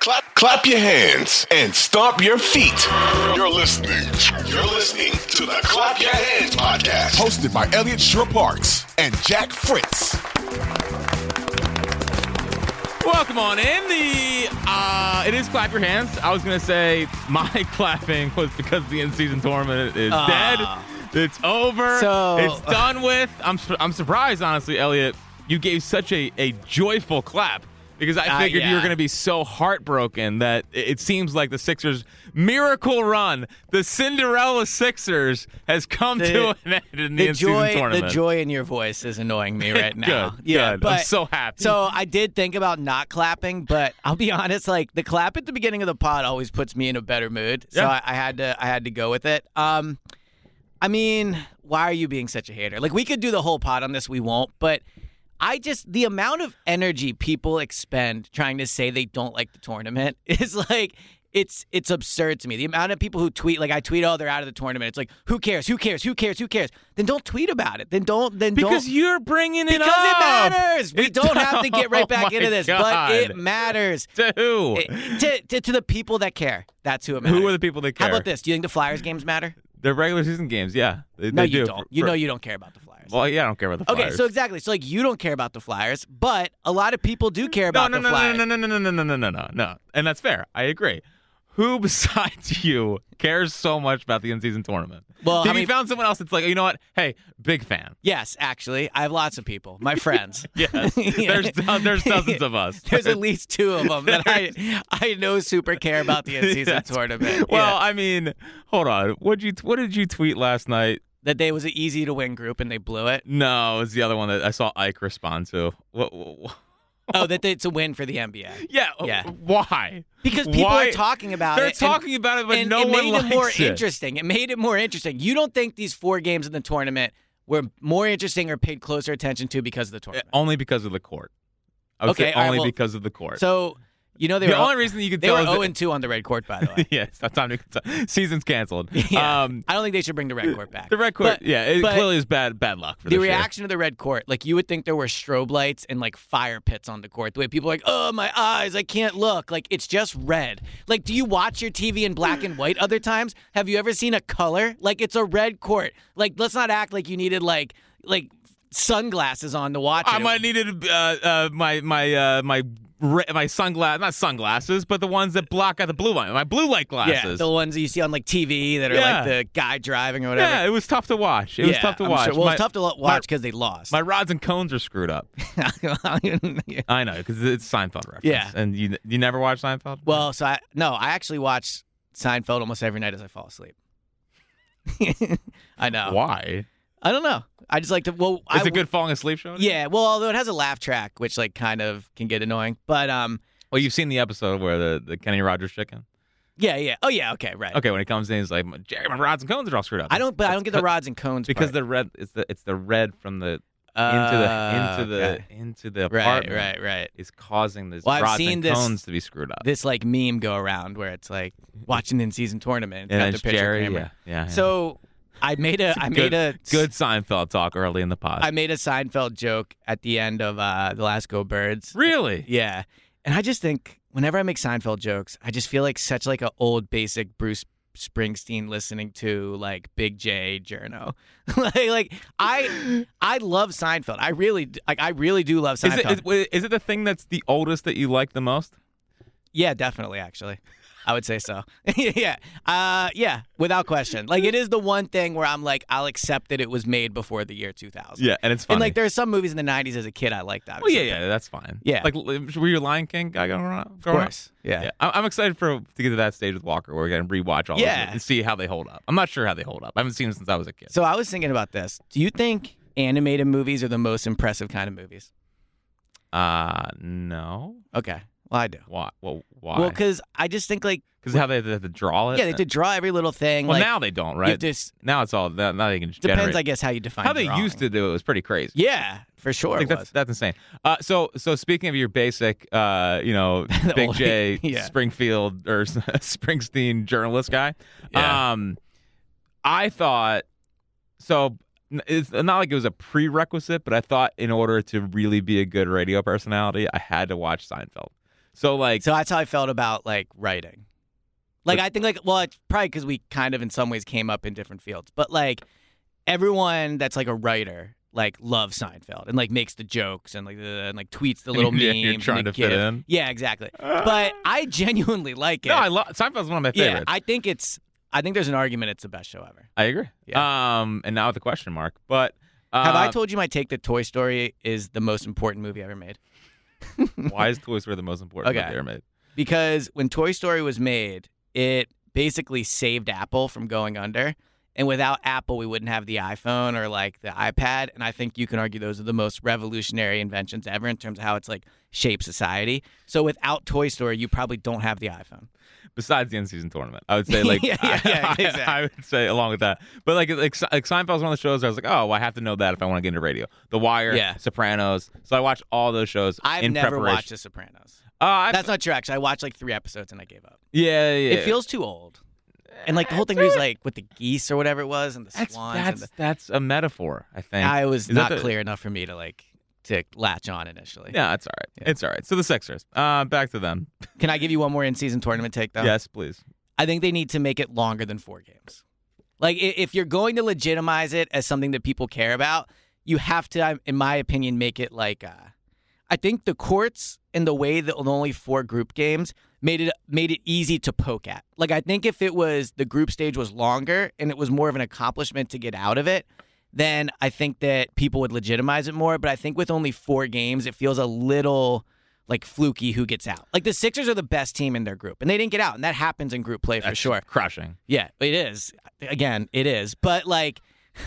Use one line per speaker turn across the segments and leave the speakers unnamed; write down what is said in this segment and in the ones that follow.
Clap, clap your hands and stomp your feet. You're listening. You're listening to the Clap Your Hands podcast, hosted by Elliot Shore Parks and Jack Fritz.
Welcome on in. The uh, it is clap your hands. I was gonna say my clapping was because the in-season tournament is dead. It's over.
Ah. So-
it's done with. I'm su- I'm surprised, honestly, Elliot. You gave such a, a joyful clap because I
Uh,
figured you were
yeah.
gonna be so heartbroken that it it seems like the Sixers' miracle run, the Cinderella Sixers, has come
The-
to an end in the,
the
in-season
joy,
tournament.
the joy in your voice is annoying me right now.
Good, good. I'm so happy.
So I did think about not clapping, but I'll be honest, like the clap at the beginning of the pod always puts me in a better mood. So
Yeah.
I, I had to, I had to go with it. Um, I mean, why are you being such a hater? Like we could do the whole pod on this, we won't. But I just the amount of energy people expend trying to say they don't like the tournament is like. It's it's absurd to me. The amount of people who tweet like I tweet, oh, they're out of the tournament. It's like who cares? Who cares? Who cares? Who cares? Then don't tweet about it. Then don't then don't
because you're bringing it
because
up.
it matters. We
It
don't have to get right
does.
back
Oh
into
my
this,
God.
but it matters
To who?
It- to, to to the people that care. That's who it matters.
Who are the people that care?
How about this? Do you think the Flyers games matter?
Their regular season games, yeah. They,
No,
they
you
do.
not
For-
You
for-
know you don't care about the Flyers.
Well, yeah, I don't care about the
okay,
Flyers.
so exactly. So like you don't care about the Flyers, but a lot of people do care
no,
about
no,
the
no, no,
Flyers.
no, no, no, no, no, no, no, no, no, no. And that's fair. I agree. Who besides you cares so much about the in-season tournament?
Well,
Have
how
you
many-
found someone else that's like, you know what? Hey, big fan.
Yes, actually, I have lots of people. My friends.
Yes,
Yeah.
there's do- there's dozens of us.
There's at least two of them that I I know super care about the in-season
Yes.
tournament.
Well,
Yeah.
I mean, hold on. What you what did you tweet last night?
that they was an easy to win group and they blew it.
No, it's the other one that I saw Ike respond to. What, what, what?
Oh, that they, it's a win for the NBA.
Yeah,
Yeah.
Why?
Because people
Why-
are talking about
They're
it. and-
talking about it, but
and
no
it
one
made
likes
it more
it.
interesting. It made it more interesting. You don't think these four games in the tournament were more interesting or paid closer attention to because of the tournament?
Only because of the court. I would
Okay,
say
all right,
only
well,
because of the court.
So you know they
the
were
only reason you could
they
tell
were
is
zero
that-
and two on the red court, by the way.
yeah, it's not time to it's- season's canceled.
Yeah.
Um,
I don't think they should bring the red court back.
the red court,
But
yeah, it
but-
clearly is bad bad luck for
the
this year.
reaction to the red court, like you would think there were strobe lights and like fire pits on the court. The way people are like, oh my eyes, I can't look. Like it's just red. Like, do you watch your TV in black and white other times? Have you ever seen a color? Like it's a red court. Like let's not act like you needed like like sunglasses on to watch it.
I might needed uh, uh, my my uh, my re- my sunglasses, not sunglasses, but the ones that block out the blue light, my blue light glasses.
Yeah, the ones that you see on like TV that are like
Yeah.
the guy driving or whatever.
Yeah, it was tough to watch. It was
Yeah,
tough to
I'm
watch.
sure. Well,
my,
it's tough to lo- watch because they lost.
my rods and cones are screwed up. I know because it's Seinfeld reference.
Yeah.
and you you never watch Seinfeld?
Well, so I no, I actually watch Seinfeld almost every night as I fall asleep. I know.
why?
I don't know. I just like to. Well, I
Is it good falling asleep show?
Yeah. Well, although it has a laugh track, which like kind of can get annoying. But um,
Well, you've seen the episode where the, the Kenny Rogers chicken.
yeah, yeah. Oh yeah. Okay. Right.
Okay, when he comes in, he's like, "Jerry, my rods and cones are all screwed up."
I don't. But I don't get the rods and cones
because
part.
the red. It's the it's the red from the
Uh,
into the into the
okay.
into the
right,
apartment
right, right.
is causing this
Well, I've
rods
seen
and
this-
cones to be screwed up.
This like meme go around where it's like watching in season tournament. It's
and
got
then
the picture of
Jerry,
Kramer.
yeah, yeah. yeah.
So I made a. I
good,
made a
good Seinfeld talk early in the pod.
I made a Seinfeld joke at the end of uh, the last Go Birds.
really?
Yeah. And I just think whenever I make Seinfeld jokes, I just feel like such like an old basic Bruce Springsteen listening to like Big J Journo. like like I I love Seinfeld. I really d- like I really do love
Is
Seinfeld.
it, is, wait, is it the thing that's the oldest that you like the most?
yeah, definitely actually. I would say so. yeah. Uh yeah, without question. Like it is the one thing where I'm like I'll accept that it was made before the year 2000.
Yeah, and it's funny.
And like there are some movies in the 90s as a kid I liked that.
well, yeah, yeah, that's fine.
Yeah.
like li- were you a Lion King guy going around?
Of course. Yeah.
Yeah, I- I'm excited for to get to that stage with Walker where we're gonna rewatch all
Yeah.
of it and see how they hold up. I'm not sure how they hold up. I haven't seen them since I was a kid.
So I was thinking about this. Do you think animated movies are the most impressive kind of movies?
Uh no.
Okay. Well, I do.
Why? Well, why?
Well, 'cause Well, because I just think like
because how they, they have to draw it.
yeah, they have to draw every little thing.
Well,
like,
now they don't,
you have
right?
to s-
now it's all now now they can just
depends,
generate.
I guess, how you define
how they
drawing.
used to do it was pretty crazy.
Yeah, for sure.
Like,
It
that's
was.
that's insane. Uh, so so speaking of your basic, uh, you know, Big
old-
J
yeah.
Springfield or Springsteen journalist guy.
Yeah.
Um, I thought so. n- It's not like it was a prerequisite, but I thought in order to really be a good radio personality, I had to watch Seinfeld. So like,
So that's how I felt about like writing. Like I think like well, it's probably because we kind of in some ways came up in different fields, but like everyone that's like a writer like loves Seinfeld and like makes the jokes and like the, and like tweets the little
Yeah,
memes.
you're
and
trying to
the
fit
gif.
in.
Yeah, exactly. But I genuinely like it.
no, I love Seinfeld's one of my
yeah,
favorites.
I think it's. I think there's an argument. It's the best show ever.
I agree. Um, and now with the question mark, but uh,
Have I told you my take that Toy Story is the most important movie ever made?
why is Toy Story the most important
Okay.
movie ever made?
because when Toy Story was made, it basically saved Apple from going under. And without Apple, we wouldn't have the iPhone or like the iPad. And I think you can argue those are the most revolutionary inventions ever in terms of how it's like shaped society. So without Toy Story, you probably don't have the iPhone.
Besides the in-season tournament, I would say like
Yeah, yeah, yeah,
I-
exactly.
I, would say along with that, but like like, Se- like Seinfeld's one of the shows where I was like, oh, well, I have to know that if I want to get into radio. The Wire,
Yeah.
Sopranos. So I watch all those shows.
I've
in
never
preparation.
watched The Sopranos.
Uh, I've-
That's not true. Actually, I watched like three episodes and I gave up.
yeah, yeah.
It feels too old. And like the whole thing was like with the geese or whatever it was and the
that's
swans. and
that's
the-
that's a metaphor. I think
I was
Is that
not
the-
clear enough for me to like to latch on initially.
Yeah, it's all right.
Yeah.
It's all right. So the Sixers. Uh, back to them.
Can I give you one more in season tournament take though?
Yes, please.
I think they need to make it longer than four games. Like i- if you're going to legitimize it as something that people care about, you have to, I- in my opinion, make it like. Uh, I think the courts and the way that only four group games made it made it easy to poke at. Like I think if it was the group stage was longer and it was more of an accomplishment to get out of it, then I think that people would legitimize it more. But I think with only four games, it feels a little like fluky who gets out. Like the Sixers are the best team in their group, and they didn't get out, and that happens in group play for
That's
sure.
Crushing.
Yeah, it is. Again, it is. But like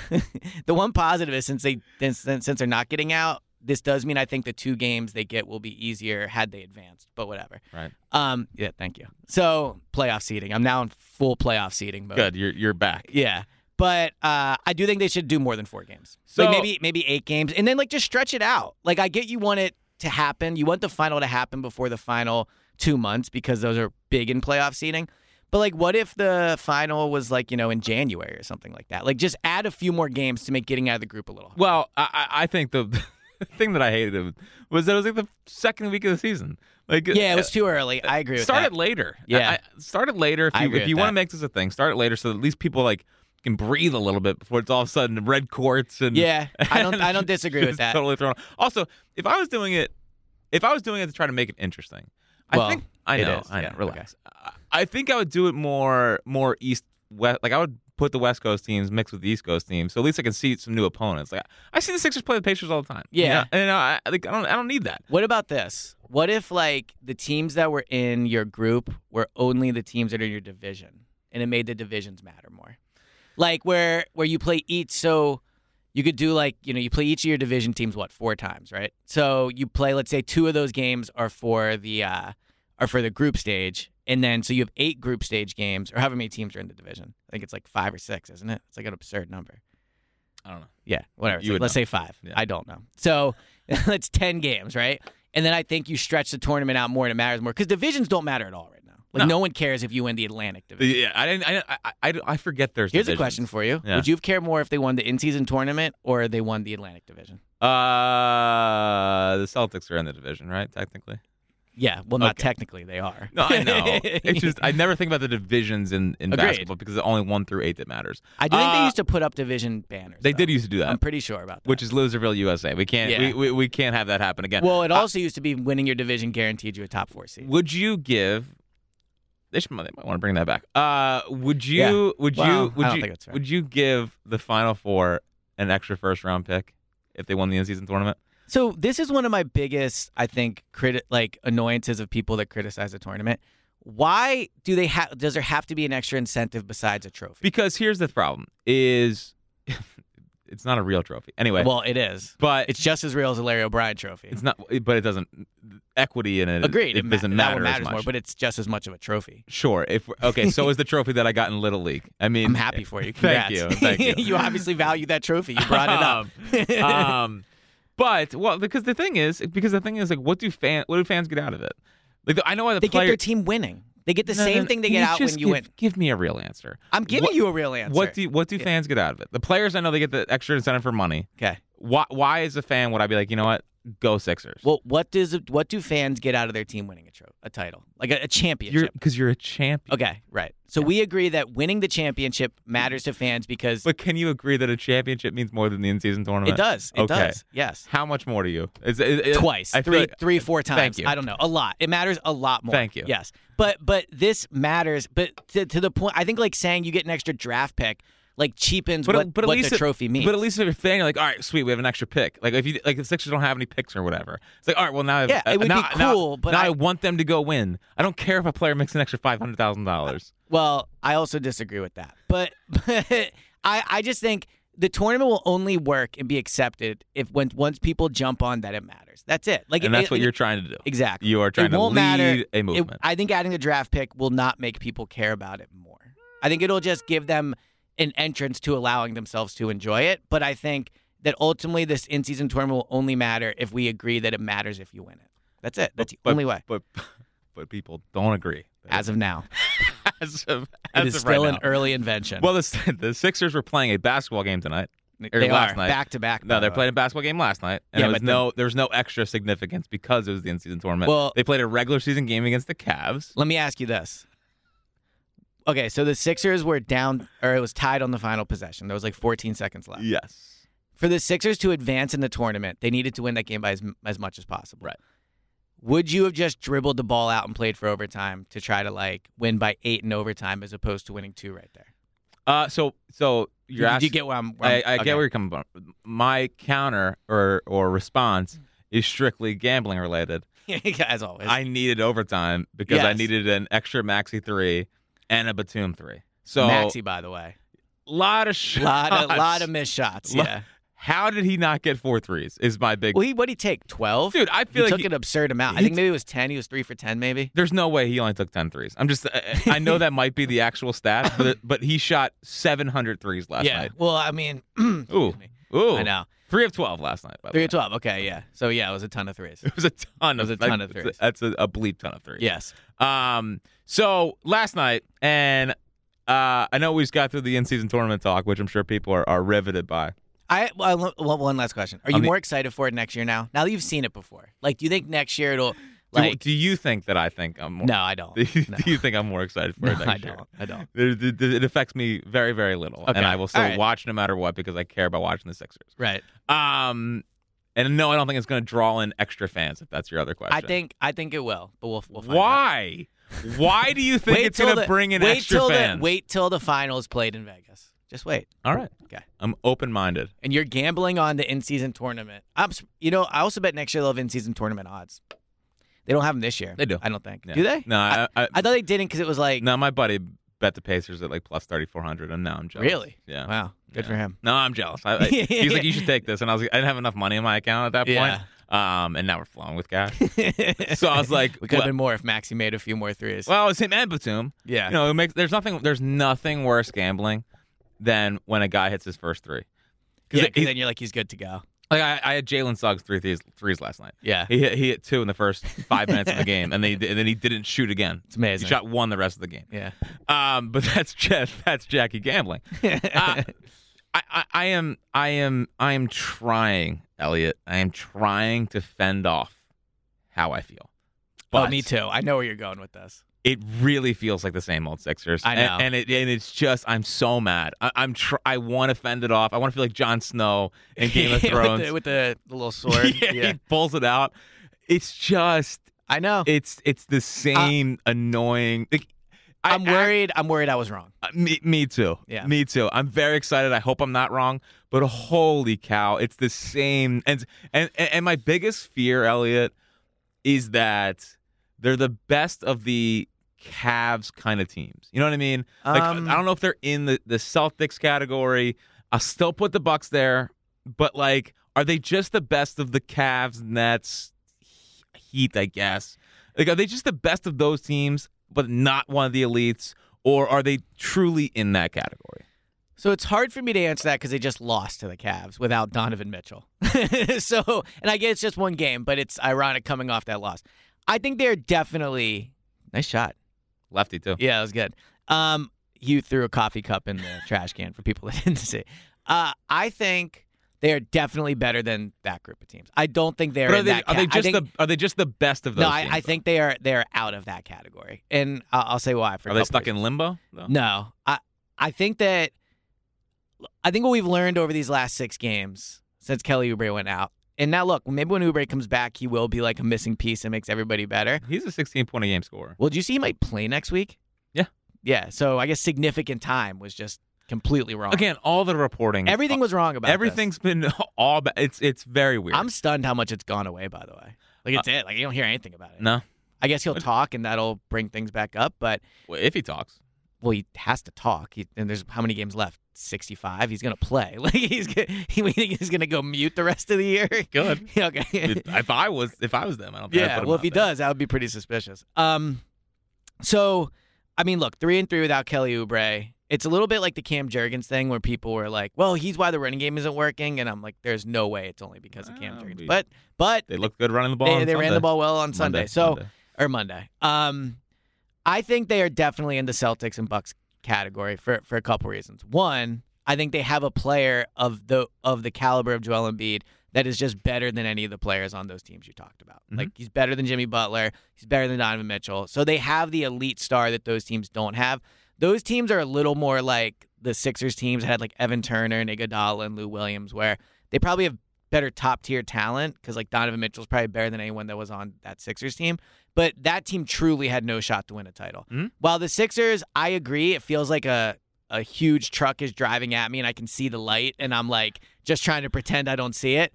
the one positive is since they since, since they're not getting out, this does mean I think the two games they get will be easier had they advanced. But whatever.
Right.
Um. Yeah. Thank you. So playoff seeding. I'm now in full playoff seeding mode.
Good. You're you're back.
Yeah. But uh, I do think they should do more than four games.
So-
like maybe maybe eight games, and then like just stretch it out. Like I get you want it to happen, you want the final to happen before the final two months because those are big in playoff seeding. But like, what if the final was like you know in January or something like that? Like just add a few more games to make getting out of the group a little. Harder.
Well, I I I think the, the thing that I hated was that it was like the second week of the season. Like
yeah, it was too early. I agree with
start
that.
it later.
Yeah.
I, I- start it later. If
I
you
agree
if
with
you want to
that.
make this a thing, start it later so that at least people like can breathe a little bit before it's all of a sudden red courts and
yeah, I don't I don't disagree with
just
that.
Totally thrown. Also, if I was doing it, if I was doing it to try to make it interesting,
Well,
I think I
it
know.
is.
I know.
Yeah,
Relax. I- I think I would do it more more east west. Like I would put the West Coast teams mixed with the East Coast teams, so at least I can see some new opponents. Like I see the Sixers play the Pacers all the time. you
Yeah.
know? and uh, I, I- like, I don't I don't need that.
What about this? What if like the teams that were in your group were only the teams that are in your division, and it made the divisions matter more? Like where where you play each, so you could do like you know you play each of your division teams what four times, right? So you play let's say two of those games are for the uh are for the group stage, and then so you have eight group stage games, or however many teams are in the division. I think it's like five or six, isn't it? It's like an absurd number.
I don't know.
Yeah, whatever.
You would
let's
know.
say five.
Yeah.
I don't know. So that's ten games, right? And then I think you stretch the tournament out more, and it matters more because divisions don't matter at all right now. Like
No.
no, one cares if you win the Atlantic division.
Yeah, I didn't. I didn't- I, I, I forget there's.
Here's
divisions.
a question for you:
Yeah.
Would you have cared more if they won the in-season tournament or they won the Atlantic division?
Uh, the Celtics are in the division, right? Technically.
Yeah, well, not
Okay.
technically they are.
No, I know. it's just I never think about the divisions in in
Agreed.
basketball because it's only one through eight that matters.
I do think they
Uh,
used to put up division banners.
They
though.
did used to do
I'm
that,
pretty sure about that.
which is Loserville, USA. We can't
Yeah.
we, we, we can't have that happen again. Uh,
well, it also used to be winning your division guaranteed you a top four seed.
would you give? They, should, they might want to bring that back. Uh, would you?
Yeah.
Would
Well,
you?
I
Would
don't
you?
think it's fair.
Would you give the Final Four an extra first round pick if they won the in season tournament?
So this is one of my biggest, I think, criti- like annoyances of people that criticize the tournament. Why do they have? Does there have to be an extra incentive besides a trophy?
Because here's the problem: is it's not a real trophy anyway.
well, it is.
but
It's just as real as a Larry O'Brien Trophy.
It's not, but it doesn't. Equity in it.
Agreed.
It,
ma-
doesn't
that
matter
one
as
matters
much.
more, but it's just as much of a trophy.
sure. If okay, so is the trophy that I got in Little League. I mean,
I'm happy for you.
Thank
Congrats.
you. Thank you.
you obviously value that trophy. You brought it up.
um, but well, because the thing is, because the thing is, like, what do fan? What do fans get out of it? Like, I know why the
they get
player.
their team winning. They get the
No, no,
same
no,
thing they
can
get out when
just
you
give,
win.
Give me a real answer.
I'm giving
What-
you a real answer.
What do what do
Yeah.
fans get out of it? The players, I know they get the extra incentive for money.
okay.
Why why as a fan would I be like, you know what? Go Sixers.
Well, what does what do fans get out of their team winning a tro- a title, like a, a championship?
because you're, a champion.
okay, right. So we agree that winning the championship matters to fans because
But can you agree that a championship means more than the in-season tournament?
it does. It
okay.
does. Yes.
How much more to you? Is, is, is-
Twice,
I feel
three,
like-
three, four times.
Thank you.
I don't know. A lot. It matters a lot more.
Thank you.
Yes, but but this matters. But to, to the point, I think like saying you get an extra draft pick like cheapens
But,
what,
but at
what
least
the
if-
trophy means.
But at least if you're saying like, all right, sweet, we have an extra pick. Like if you like the Sixers don't have any picks or whatever, it's like all right, well now I-
Yeah, it would
now,
be
now-
cool, but
now
I-
I want them to go win. I don't care if a player makes an extra five hundred thousand dollars.
Well, I also disagree with that. But, but I, I just think the tournament will only work and be accepted if when once people jump on that it matters. That's it. Like
and
it-
that's what
it-
you're trying to do.
exactly.
You are trying
it
to
won't
lead
matter.
a
It-
movement.
I think adding the draft pick will not make people care about it more. I think it'll just give them an entrance to allowing themselves to enjoy it. But I think that ultimately this in-season tournament will only matter if we agree that it matters if you win it. That's it. That's the
But-
only way.
But but people don't agree.
As of now,
as of,
it
as
is
of
still
right
an
now.
early invention.
Well, the, the Sixers were playing a basketball game tonight. or
they
last
are
night.
back to back. by
No, they
the way.
played a basketball game last night, and
Uh, Yeah,
there was
but
no there was no extra significance because it was the in-season tournament.
Well-
they played a regular season game against the Cavs.
Let me ask you this. Okay, so the Sixers were down, or it was tied on the final possession. There was like 14 seconds left.
Yes,
For the Sixers to advance in the tournament, they needed to win that game by as, as much as possible.
Right.
Would you have just dribbled the ball out and played for overtime to try to like win by eight in overtime as opposed to winning two right there?
Uh, so so you're
Did- did
asking.
you get where I'm? where
I,
I'm-
I
okay.
get where you're coming from. My counter or or response
Mm.
is strictly gambling related.
as always.
I needed overtime because I
Yes.
needed an extra maxi three and a Batum three. So
Maxi, by the way,
lot of shots.
lot of lot of missed shots.
Lo-
yeah.
How did he not get four threes? Is my big
Well, he what did he take? Twelve.
dude. I
He
feel like
took
he-
an absurd amount. I
he
think
t-
maybe it was ten. He was three for ten, maybe.
there's no way he only took 10 threes. I'm just I, I know that might be the actual stat, but but he shot 700 threes last
yeah.
night.
Well, I mean, excuse
Ooh,
me.
ooh,
I know.
Three of 12 last night. By the
Three
way.
to twelve. Okay, yeah. So yeah, it was a ton of threes.
It was a ton of
was a ton of
that's
threes.
That's a, a bleep ton of threes.
Yes.
Um. So last night, and uh, I know we just got through the in-season tournament talk, which I'm sure people are, are riveted by.
I well, I- well, one last question. Are you
I mean-
more excited for it next year now? Now that you've seen it before, like, do you think next year it'll
Do,
like?
do you think that I think I'm more?
no, I don't.
Do you,
No.
do you think I'm more excited for
No,
it next
I
year?
don't. I don't.
It, it- it affects me very, very little,
Okay.
and I will still
All right.
watch no matter what because I care about watching the Sixers.
Right.
Um, and no, I don't think it's going to draw in extra fans. If that's your other question,
I think I think it will, but we'll we'll find out.
why? Why do you think
wait
it's
till
going
the-
to bring in
wait
extra
till
fans?
The, wait till the finals played in Vegas. Just wait.
All right.
Okay.
I'm open-minded.
And you're gambling on the in-season tournament. I'm, s- you know, I also bet next year they'll have in-season tournament odds. They don't have them this year.
They do.
I don't think.
Yeah.
Do they?
No,
I,
I, I,
I thought they didn't because it was like
no, my buddy bet the Pacers at like plus thirty four hundred, and now I'm jealous.
Really?
Yeah.
Wow. Good
Yeah.
for him.
No, I'm jealous. I, I, he's like, you should take this, and I was like, I didn't have enough money in my account at that
Yeah.
point. Um, and now we're flowing with cash. so I was like,
we could have
well-
been more if Maxi made a few more threes.
well, it's him and Batum.
yeah.
You know, it makes there's nothing there's nothing worse gambling than when a guy hits his first three.
yeah, 'cause
it-
then you're like, he's good to go.
Like I, I had Jalen Suggs three threes, threes last night.
Yeah.
He hit, he hit two in the first five minutes of the game, and, they, and then he didn't shoot again.
It's amazing.
He shot one the rest of the game.
yeah.
Um, but that's just that's Jackie gambling.
Ah,
Uh, I, I, I am I am I am trying, Elliot. I am trying to fend off how I feel.
oh,
But
me too. I know where you're going with this.
it really feels like the same old Sixers.
I
And-
know.
and, it and it's just I'm so mad. I, I'm tr- I want to fend it off. I want to feel like Jon Snow in Game of
With the-
Thrones.
with, the, the little sword.
yeah, he pulls it out. It's just
I know.
it's it's the same annoying. Like, I,
I'm worried. I'm worried I was wrong.
I- me, me too.
Yeah.
me too. I'm very excited. I hope I'm not wrong, but holy cow, it's the same. And and and my biggest fear, Elliot, is that they're the best of the Cavs kind of teams. You know what I mean? Like,
Um,
I don't know if they're in the, the Celtics category. I'll still put the Bucks there, but like, are they just the best of the Cavs, Nets, Heat? I guess. Like, are they just the best of those teams, but not one of the elites, or are they truly in that category?
So it's hard for me to answer that because they just lost to the Cavs without Donovan Mitchell. so, and I guess it's just one game, but it's ironic coming off that loss. I think they're definitely nice shot.
Lefty too.
Yeah, that was good. Um, you threw a coffee cup in the trash can for people that didn't see. Uh, I think They are definitely better than that group of teams. I don't think they're
But are
in
they,
that.
are
ca-
they
I
just
think-
the are they just the best of those?
No, I,
teams,
I think they are. They are out of that category, and I'll, I'll say why.
though?
For a
are they
couple
stuck
reasons.
in limbo? though?
No, I I think that I think what we've learned over these last six games since Kelly Oubre went out, and now look, maybe when Oubre comes back, he will be like a missing piece and makes everybody better.
he's a 16 point a game scorer.
Well, did you see he might play next week?
Yeah.
yeah. So I guess significant time was just completely wrong.
Again, all the reporting,
everything was wrong about this.
everything's been all. Ba- it's it's very weird. Uh,
I'm stunned how much it's gone away. By the way, like it's it. Like you don't hear anything about it.
no,
I guess he'll talk, and that'll bring things back up, but.
Well, if he talks,
well, he has to talk. He, and there's how many games left? 65. He's gonna play. Like he's gonna, he, we think he's gonna go mute the rest of the year.
Good.
okay.
if I was if I was them, I don't. Think I'd
yeah.
put him
Well, if
out
he
there.
does, that would be pretty suspicious. Um, so I mean, look, three and three without Kelly Oubre. It's a little bit like the Cam Jurgens thing where people were like, "Well, he's why the running game isn't working," and I'm like, "There's no way. It's only because of Cam
Well,
Jurgens."
we-
But but
they look good running the ball.
they,
on
they ran the
Sunday.
ball well on Sunday.
Monday,
so
Monday.
or Monday. Um, I think they are definitely in the Celtics and Bucks category for for a couple reasons. One, I think they have a player of the of the caliber of Joel Embiid that is just better than any of the players on those teams you talked about.
Mhm.
Like he's better than Jimmy Butler, he's better than Donovan Mitchell. So they have the elite star that those teams don't have. Those teams are a little more like the Sixers teams that had like Evan Turner and Iguodala and Lou Williams, where they probably have better top tier talent because like Donovan Mitchell's probably better than anyone that was on that Sixers team but that team truly had no shot to win a title.
Mhm.
While the Sixers, I agree, it feels like a a huge truck is driving at me and I can see the light and I'm like just trying to pretend I don't see it.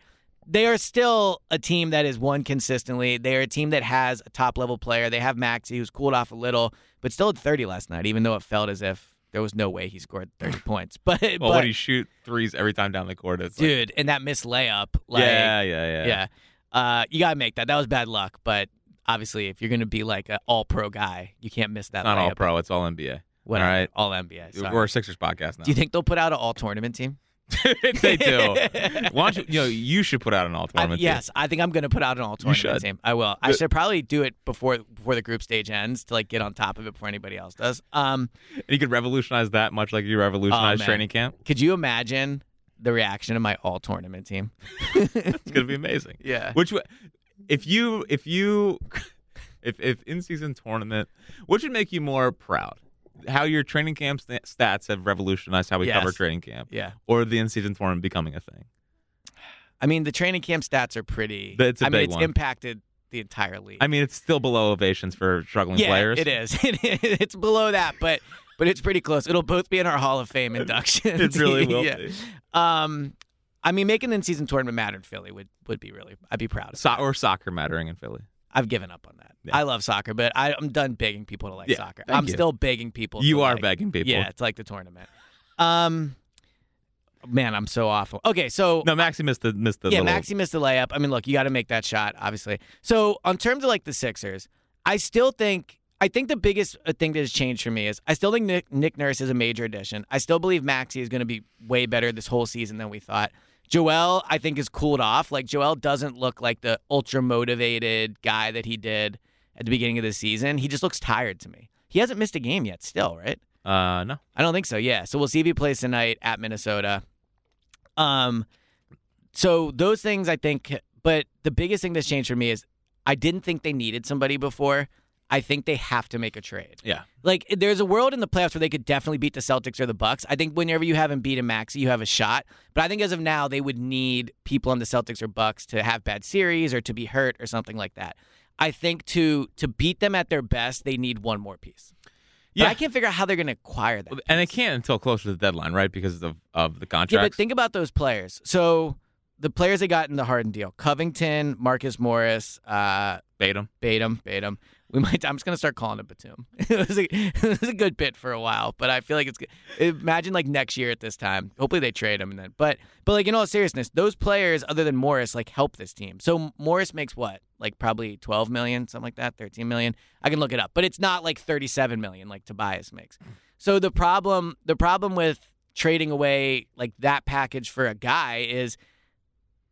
They are still a team that is won consistently. They are a team that has a top level player. They have Maxi who's cooled off a little, but still at 30 last night, even though it felt as if there was no way he scored 30 points. But,
Well,
but
when you shoot threes every time down the court, it's like,
dude, and that missed layup, like
yeah, yeah, yeah,
yeah. Uh, you gotta make that. That was bad luck, but obviously, if you're gonna be like an all-pro guy, you can't miss that.
It's not all
layup.
pro. It's all NBA.
Whatever.
all right.
all NBA. sorry.
We're a Sixers podcast now.
Do you think they'll put out an all-tournament team?
they do. Why don't you? You know, you should put out an all
I-
tournament.
yes, I think I'm gonna put out an
should.
all-tournament team. I will. I
Good.
should probably do it before before the group stage ends to like get on top of it before anybody else does. Um,
And you could revolutionize that much like you revolutionized
Oh, man.
training camp.
could you imagine the reaction of my all-tournament team?
It's gonna be amazing.
Yeah.
Which, would- if you, if you, if if in season tournament, what should make you more proud? How your training camp st- stats have revolutionized how we
Yes.
cover training camp,
Yeah.
or the in season tournament becoming a thing.
I mean, the training camp stats are pretty.
That's a
I mean,
big
it's
one.
impacted the entire league.
I mean, it's still below ovations for struggling
yeah,
players.
It is. it's below that, but but it's pretty close. It'll both be in our Hall of Fame inductions.
It really will
Yeah.
be.
Um, I mean, making the in-season tournament matter in Philly would would be really. I'd be proud. Of
So- or soccer mattering in Philly.
I've given up on that.
Yeah.
I love soccer, but I, I'm done begging people to like
Yeah,
soccer.
thank
I'm
you.
still begging people.
You
to
are
like,
begging people.
Yeah, it's like the tournament. Um, man, I'm so awful. Okay, so
No, Maxi missed the missed the
yeah,
little.
Maxi missed the layup. I mean, look, you got to make that shot, obviously. So, on terms of like the Sixers, I still think I think the biggest uh, thing that has changed for me is I still think Nick, Nick Nurse is a major addition. I still believe Maxi is going to be way better this whole season than we thought. Joel, I think, is cooled off. Like Joel doesn't look like the ultra motivated guy that he did at the beginning of the season. He just looks tired to me. He hasn't missed a game yet, still, right?
Uh, no.
I don't think so. Yeah. So we'll see if he plays tonight at Minnesota. Um, so those things I think, but the biggest thing that's changed for me is I didn't think they needed somebody before. I think they have to make a trade.
Yeah.
Like there's a world in the playoffs where they could definitely beat the Celtics or the Bucks. I think whenever you haven't beaten Maxi, you have a shot. But I think as of now, they would need people on the Celtics or Bucks to have bad series or to be hurt or something like that. I think to to beat them at their best, they need one more piece.
Yeah.
Yeah, but I can't figure out how they're going to acquire that.
And they can't until closer to the deadline, right? Because of of the
Yeah, but
contracts.
think about those players. So the players they got in the Harden deal: Covington, Marcus Morris, uh,
Batum.
Batum, Batum. We might. I'm just gonna start calling it Batum. it, was a, it was a good bit for a while, but I feel like it's. good. Imagine like next year at this time. Hopefully they trade him, and then. But but like in all seriousness, those players other than Morris like help this team. So Morris makes what like probably 12 million, something like that, 13 million. I can look it up, but it's not like 37 million like Tobias makes.
Mm.
So the problem the problem with trading away like that package for a guy is.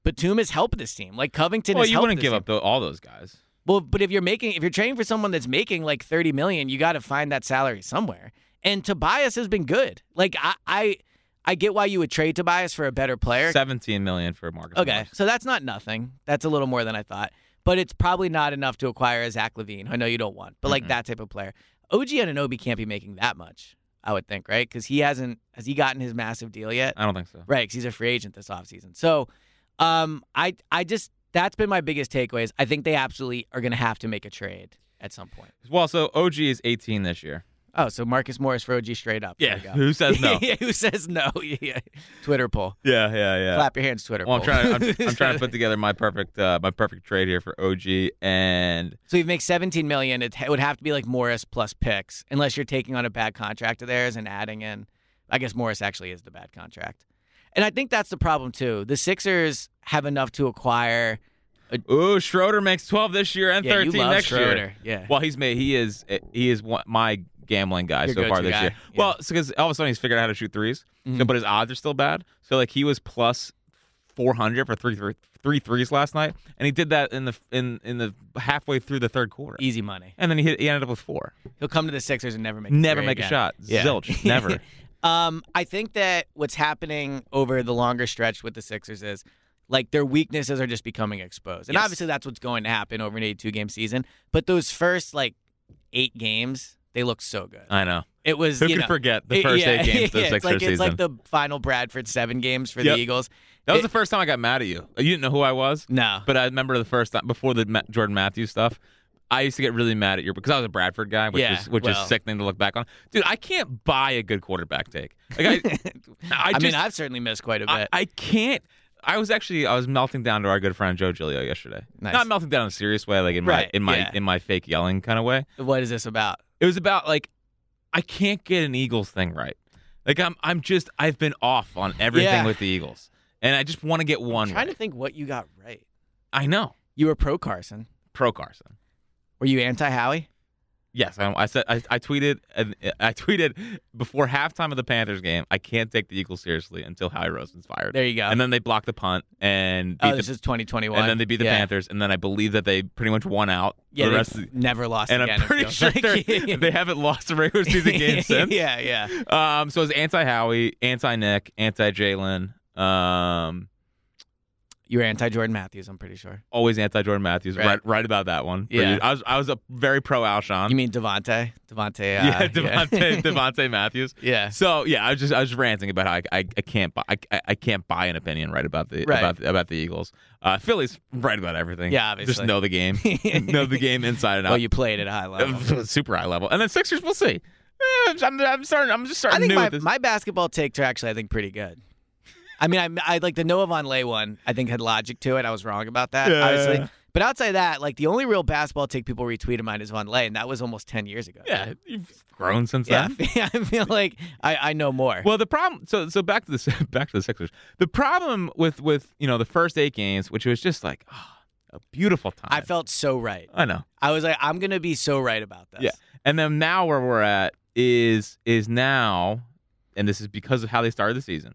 Batum has helped this team. Like Covington
Well,
has
you
helped
wouldn't
this
give
team.
up tho- all those guys.
Well, but if you're making if you're trading for someone that's making like 30 million, you got to find that salary somewhere. And Tobias has been good. Like I I I get why you would trade Tobias for a better player.
17 million for Marcus.
Okay,
Morris.
so that's not nothing. That's a little more than I thought, but it's probably not enough to acquire a Zach Levine. who I know you don't want, but like
Mhm.
that type of player. OG Ananobi can't be making that much, I would think, right? Because he hasn't has he gotten his massive deal yet?
I don't think so.
Right, 'cause he's a free agent this offseason. So, um, I I just that's been my biggest takeaways. I think they absolutely are going to have to make a trade at some point.
Well, so OG is 18 this year.
Oh, so Marcus Morris for OG straight up. There we go.
Who says no?
yeah, who says no? Yeah. Twitter poll.
yeah, yeah, yeah.
Clap your hands, Twitter
Well, I'm
poll.
trying. To, I'm, I'm trying to put together my perfect, uh, my perfect trade here for OG, and
So you make 17 million. It, it would have to be like Morris plus picks, unless you're taking on a bad contract of theirs and adding in. I guess Morris actually is the bad contract, and I think that's the problem too. The Sixers have enough to acquire.
ooh, Schroeder makes 12 this year and
Yeah,
13
you love
next year.
Schroeder. Yeah.
Well, he's made. He is. He is one, my gambling guy
Your
so far
go-to
this
guy,
year.
yeah. Mm-hmm.
Well, because all of a sudden he's figured out how to shoot 3s so, but his odds are still bad. So like he was plus 400 for three, three, three threes last night, and he did that in the in in the halfway through the third quarter,
Easy money.
and then he, hit, he ended up with four.
He'll come to the Sixers and never make a
Never
three
make a
again.
shot.
Yeah.
Zilch. Never.
Um, I think that what's happening over the longer stretch with the Sixers is like their weaknesses are just becoming exposed. And
Yes.
obviously that's what's going to happen over an 82 game season, but those first like 8 games, they look so good.
I know.
It was
Uh, Who
you
could
know,
forget the
it-
first
yeah,
eight games of the
yeah, it's
Sixers
like,
season?
It's like the final Bradford 7 games for
Yep.
the Eagles.
that was
it-
the first time I got mad at you. You didn't know who I was.
No.
But I remember the first time before the Ma- Jordan Matthews stuff. I used to get really mad at your because I was a Bradford guy, which
Yeah,
is which
well.
is sickening to look back on. Dude, I can't buy a good quarterback take. Like I, I,
I,
just,
mean, I've certainly missed quite a bit.
I, I can't. I was actually I was melting down to our good friend Joe Gilio yesterday.
Nice.
Not melting down in a serious way, like in my
Right,
in my
yeah.
in my fake yelling kind of way.
what is this about?
It was about like I can't get an Eagles thing right. Like I'm I'm just I've been off on everything
Yeah.
with the Eagles, and I just want to get one.
I'm trying
right.
to think what you got right.
I know
You were pro Carson.
pro Carson.
Were you anti Howie?
Yes, I, I said I, I tweeted and I tweeted before halftime of the Panthers game. I can't take the Eagles seriously until Howie Roseman's fired,
There you go.
and then they blocked the punt and beat
oh,
the
this is 2021.
and then they beat the
yeah.
Panthers, and then I believe that they pretty much won out.
Yeah,
the
they've
rest of the,
never lost
and
again.
I'm
it
pretty
feels
sure
like.
they're- they haven't lost a regular season game since.
yeah, yeah.
Um, so it's anti Howie, anti Nick, anti Jalen. Um,
You're anti Jordan Matthews. I'm pretty sure.
always anti Jordan Matthews.
Right.
Right. right, about that one.
Yeah.
I was I was a very pro Alshon.
You mean Devonte? Devonte. Uh,
yeah, Devontae
Yeah.
Devontae Matthews.
yeah.
So yeah, I was just I was ranting about how I, I, I can't buy I, I can't buy an opinion right about the
Right.
about the, about the Eagles. Uh, Philly's right about everything.
Yeah, obviously.
just know the game, know the game inside and out.
Well, you played at a high level.
Uh, super high level. And then Sixers, we'll see. Eh, I'm, I'm starting. I'm just starting
I think
new
my,
with this.
my basketball takes are actually, I think, pretty good. I mean, I, I like the Noah Vonleh one. I think had logic to it. I was wrong about that,
Yeah.
obviously. But outside of that, like the only real basketball take people retweet of mine is Vonleh, and that was almost ten years ago.
yeah, you've grown since
yeah.
then.
I feel- I feel like I, I know more.
Well, the problem. So so back to the back to the Sixers. The problem with with you know the first eight games, which was just like ah, a beautiful time.
I felt so right.
I know.
I was like, I'm gonna be so right about this.
Yeah. And then now where we're at is is now, and this is because of how they started the season.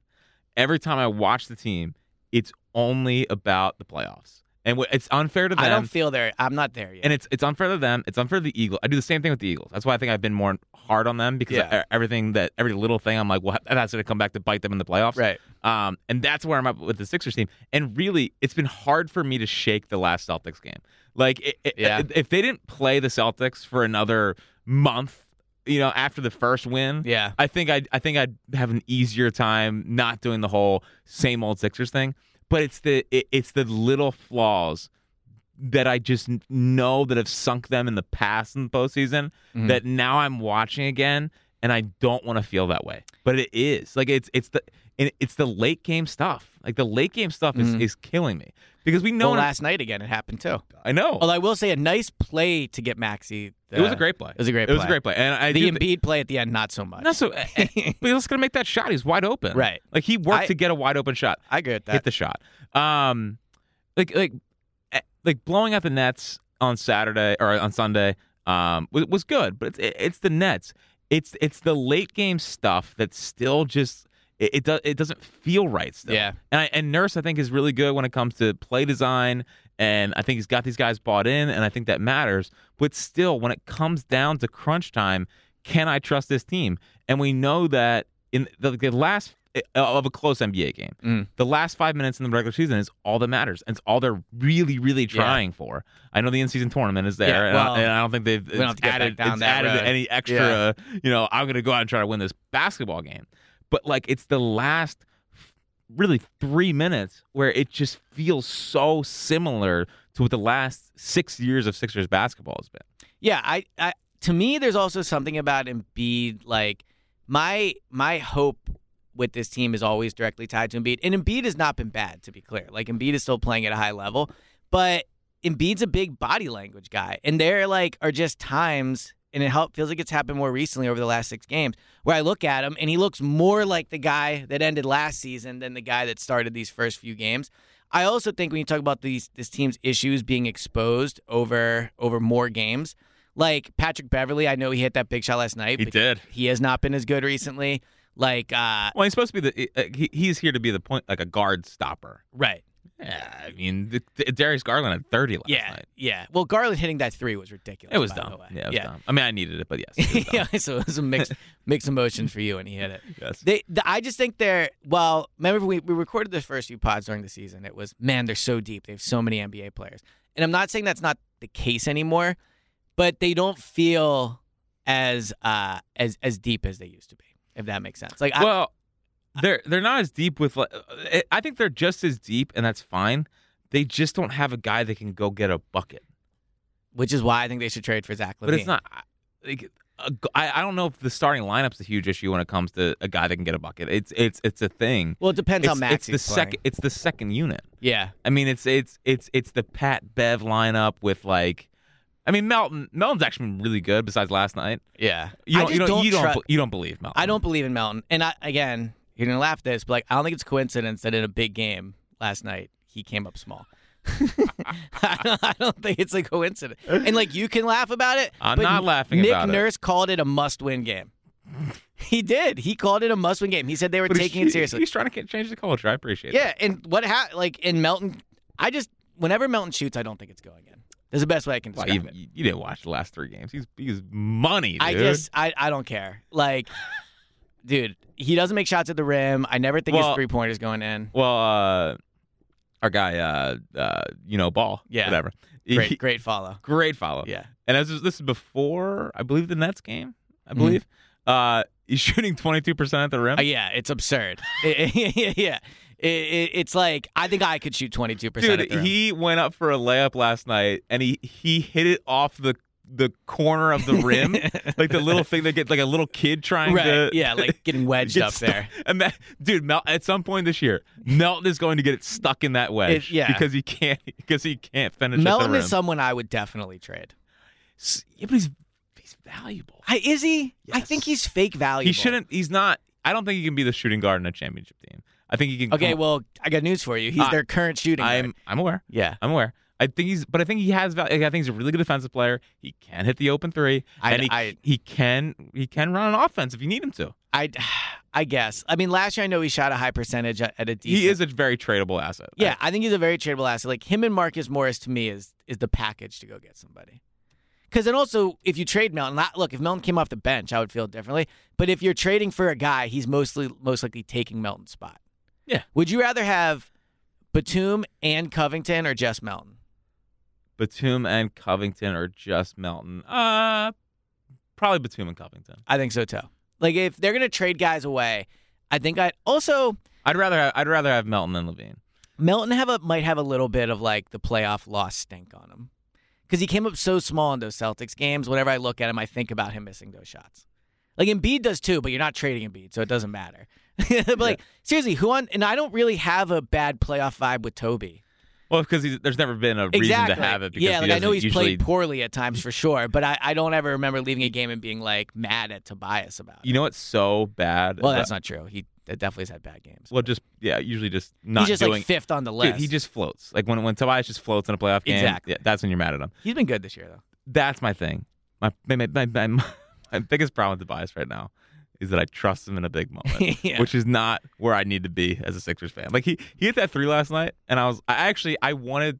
Every time I watch the team, it's only about the playoffs, and wh- it's unfair to them.
I don't feel there. I'm not there yet.
and it's it's unfair to them. It's unfair to the Eagles. I do the same thing with the Eagles. That's why I think I've been more hard on them because
Yeah.
e- everything that every little thing I'm like, well, that's going to come back to bite them in the playoffs.
right.
Um, and that's where I'm at with the Sixers team. And really, it's been hard for me to shake the last Celtics game. Like, it, it-
Yeah.
if they didn't play the Celtics for another month, you know, after the first win,
Yeah.
I think I I think I'd have an easier time not doing the whole same old Sixers thing. But it's the it, it's the little flaws that I just n- know that have sunk them in the past in the postseason
Mhm.
that now I'm watching again and I don't want to feel that way. But it is like it's it's the and it's the late game stuff. Like the late game stuff is,
Mhm.
is killing me because we know
well, last night again, it happened too.
I know
Although I will say, a nice play to get Maxi. The,
it was a great play.
It was a great.
It was a
play.
great play. And I
The
do,
Embiid play at the end, not so much.
not so. eh, But he was gonna make that shot. He's wide open.
Right.
Like he worked
I-
to get a wide open shot.
I agree with
hit
that.
the shot. Um, like like eh, like blowing out the Nets on Saturday or on Sunday um was, was good, but it's it, it's the Nets. It's it's the late game stuff that still just it it, do, it doesn't feel right still.
Yeah.
And I, and Nurse I think is really good when it comes to play design and I think he's got these guys bought in and I think that matters, but still when it comes down to crunch time, can I trust this team? And we know that in the, the last of a close NBA game.
Mm.
The last five minutes in the regular season is all that matters. It's all they're really, really trying for. I know the in-season tournament is there,
Yeah,
and,
well,
I, and I don't think they've
don't
it's
have to get back
added,
down
it's
that
added
road.
any extra. You know, I'm gonna go out and try to win this basketball game, but like it's the last really three minutes where it just feels so similar to what the last six years of Sixers basketball has been.
Yeah, I, I to me, there's also something about Embiid. Like my my hope with this team is always directly tied to Embiid, and Embiid has not been bad to be clear. Like Embiid is still playing at a high level, but Embiid's a big body language guy, and there like are just times. And it help, feels like it's happened more recently over the last six games, where I look at him and he looks more like the guy that ended last season than the guy that started these first few games. I also think when you talk about these this team's issues being exposed over over more games, like Patrick Beverly, I know he hit that big shot last night.
He
but
did.
He has not been as good recently. Like, uh,
Well, he's supposed to be the uh, he, he's here to be the point like a guard stopper.
right?
Yeah, I mean, the, the, Darius Garland had 30 last
Yeah,
night.
yeah. Well, Garland hitting that three was ridiculous.
It was
by the
dumb.
way.
Yeah, it was dumb. I mean, I needed it, but yes, it was dumb.
yeah. so it was a mixed mixed emotion for you, and he hit it.
yes.
They, the, I just think they're well. Remember, we, we recorded the first few pods during the season. It was man, they're so deep. They have so many NBA players, and I'm not saying that's not the case anymore, but they don't feel as uh as as deep as they used to be. If that makes sense. Like, I,
well, they're they're not as deep with. like, uh, I think they're just as deep, and that's fine. They just don't have a guy that can go get a bucket.
which is why I think they should trade for Zach Levine.
But it's not I- like a g- I, I don't know if the starting lineup's a huge issue when it comes to a guy that can get a bucket. It's it's it's a thing.
Well, it depends
It's,
on
it's
Max.
the second. It's the second unit.
Yeah.
I mean, it's it's it's it's the Pat Bev lineup with like, I mean, Melton Melton's actually been really good besides last night.
Yeah.
You
I
don't,
just
you don't, you, don't
tru-
be- you don't believe Melton.
I don't believe in Melton. And I, again, you're gonna laugh at this, but like I don't think it's coincidence that in a big game last night he came up small. I, don't, I don't think it's a coincidence. And like you can laugh about it.
I'm
but
not
N-
laughing
Nick
about it.
Nurse called it a must-win game. He did. He called it a must-win game. He said they were
But he's-
taking it seriously.
He's trying to get, change the culture. I appreciate it.
Yeah, and what ha- like in Melton, I just whenever Melton shoots, I don't think it's going in. That's the best way I can
Well,
describe
you,
it.
you didn't watch the last three games. He's he's money, dude.
I just I, I don't care. Like, dude, he doesn't make shots at the rim. I never think
Well-
his three pointers going in.
well, uh, our guy, uh, uh, you know, Ball,
Yeah.
whatever. He- Oh.
Great, great follow.
great follow.
Yeah.
and as this is before, I believe the Nets game. I
Mm-hmm.
believe uh, he's shooting twenty two percent at the rim.
Uh, yeah, it's absurd. yeah. It, it, it's like I think I could shoot twenty two percent.
Dude, he went up for a layup last night, and he he hit it off the the corner of the rim, like the little thing that gets like a little kid trying
right.
to
yeah, like getting wedged
get
up
stuck.
there.
And that, dude, Mel, at some point this year, Melton is going to get it stuck in that wedge,
It- yeah.
because he can't because he can't finish. at the
Melton
rim.
is someone I would definitely trade.
S- yeah, but he's he's valuable.
I, is he? I think
Yes.
he's fake valuable.
He shouldn't. He's not. I don't think he can be the shooting guard in a championship team. I think he can.
Okay, well, I got news for you. He's
I-
their current shooting. guard.
I'm I'm aware.
yeah.
I'm aware. I think he's, but I think he has. val- I think he's a really good defensive player. He can hit the open three,
I-
and he,
I-
he can he can run an offense if you need him to.
I, I guess. I mean, last year I know he shot a high percentage at at a decent.
He is a very tradable asset.
Yeah, I think he's a very tradable asset. Like him and Marcus Morris to me is is the package to go get somebody. Because then also, if you trade Melton, not- look, if Melton came off the bench, I would feel differently. But if you're trading for a guy, he's mostly most likely taking Melton's spot.
Yeah.
Would you rather have Batum and Covington or just Melton?
Batum and Covington or just Melton. Uh, probably Batum and Covington.
I think so too. Like if they're gonna trade guys away, I think I also
I'd rather have, I'd rather have Melton than Levine.
Melton have a might have a little bit of like the playoff loss stink on him because he came up so small in those Celtics games. Whenever I look at him, I think about him missing those shots. Like Embiid does too, but you're not trading Embiid, so it doesn't matter. but like seriously, who on? And I don't really have a bad playoff vibe with Toby.
Well, because he's, there's never been a
Exactly.
reason to have it. Because
yeah,
he
like I know
doesn't
he's
usually,
played poorly at times for sure, but I, I don't ever remember leaving a game and being like mad at Tobias about it.
You know what's so bad?
well, that's not true. He definitely has had bad games.
Well, just yeah, usually just not
He's just
doing.
like fifth on the list.
Dude, he just floats. Like when when Tobias just floats in a playoff game.
Exactly.
Yeah, that's when you're mad at him.
he's been good this year though.
that's my thing. My my my, my, my, my biggest problem with Tobias right now is that I trust him in a big moment,
Yeah.
which is not where I need to be as a Sixers fan. Like he he hit that three last night, and I was I actually I wanted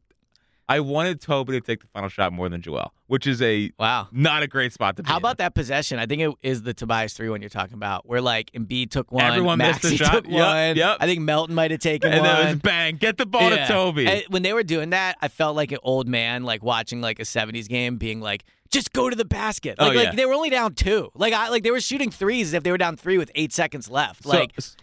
I wanted Toby to take the final shot more than Joel, which is a
Wow.
not a great spot to be.
How
in.
about that possession? I think it is the Tobias three one you're talking about, where like Embiid took one,
Everyone missed the
Maxey
shot.
took
Yep,
one.
yep.
I think Melton might have taken
And
one.
then it was bang, get the ball to
Yeah.
Toby.
And when they were doing that, I felt like an old man, like watching like a '70s game, being like, "Just go to the basket."
Oh,
Like, like
yeah.
they were only down two. Like I like they were shooting threes as if they were down three with eight seconds left. Like,
so,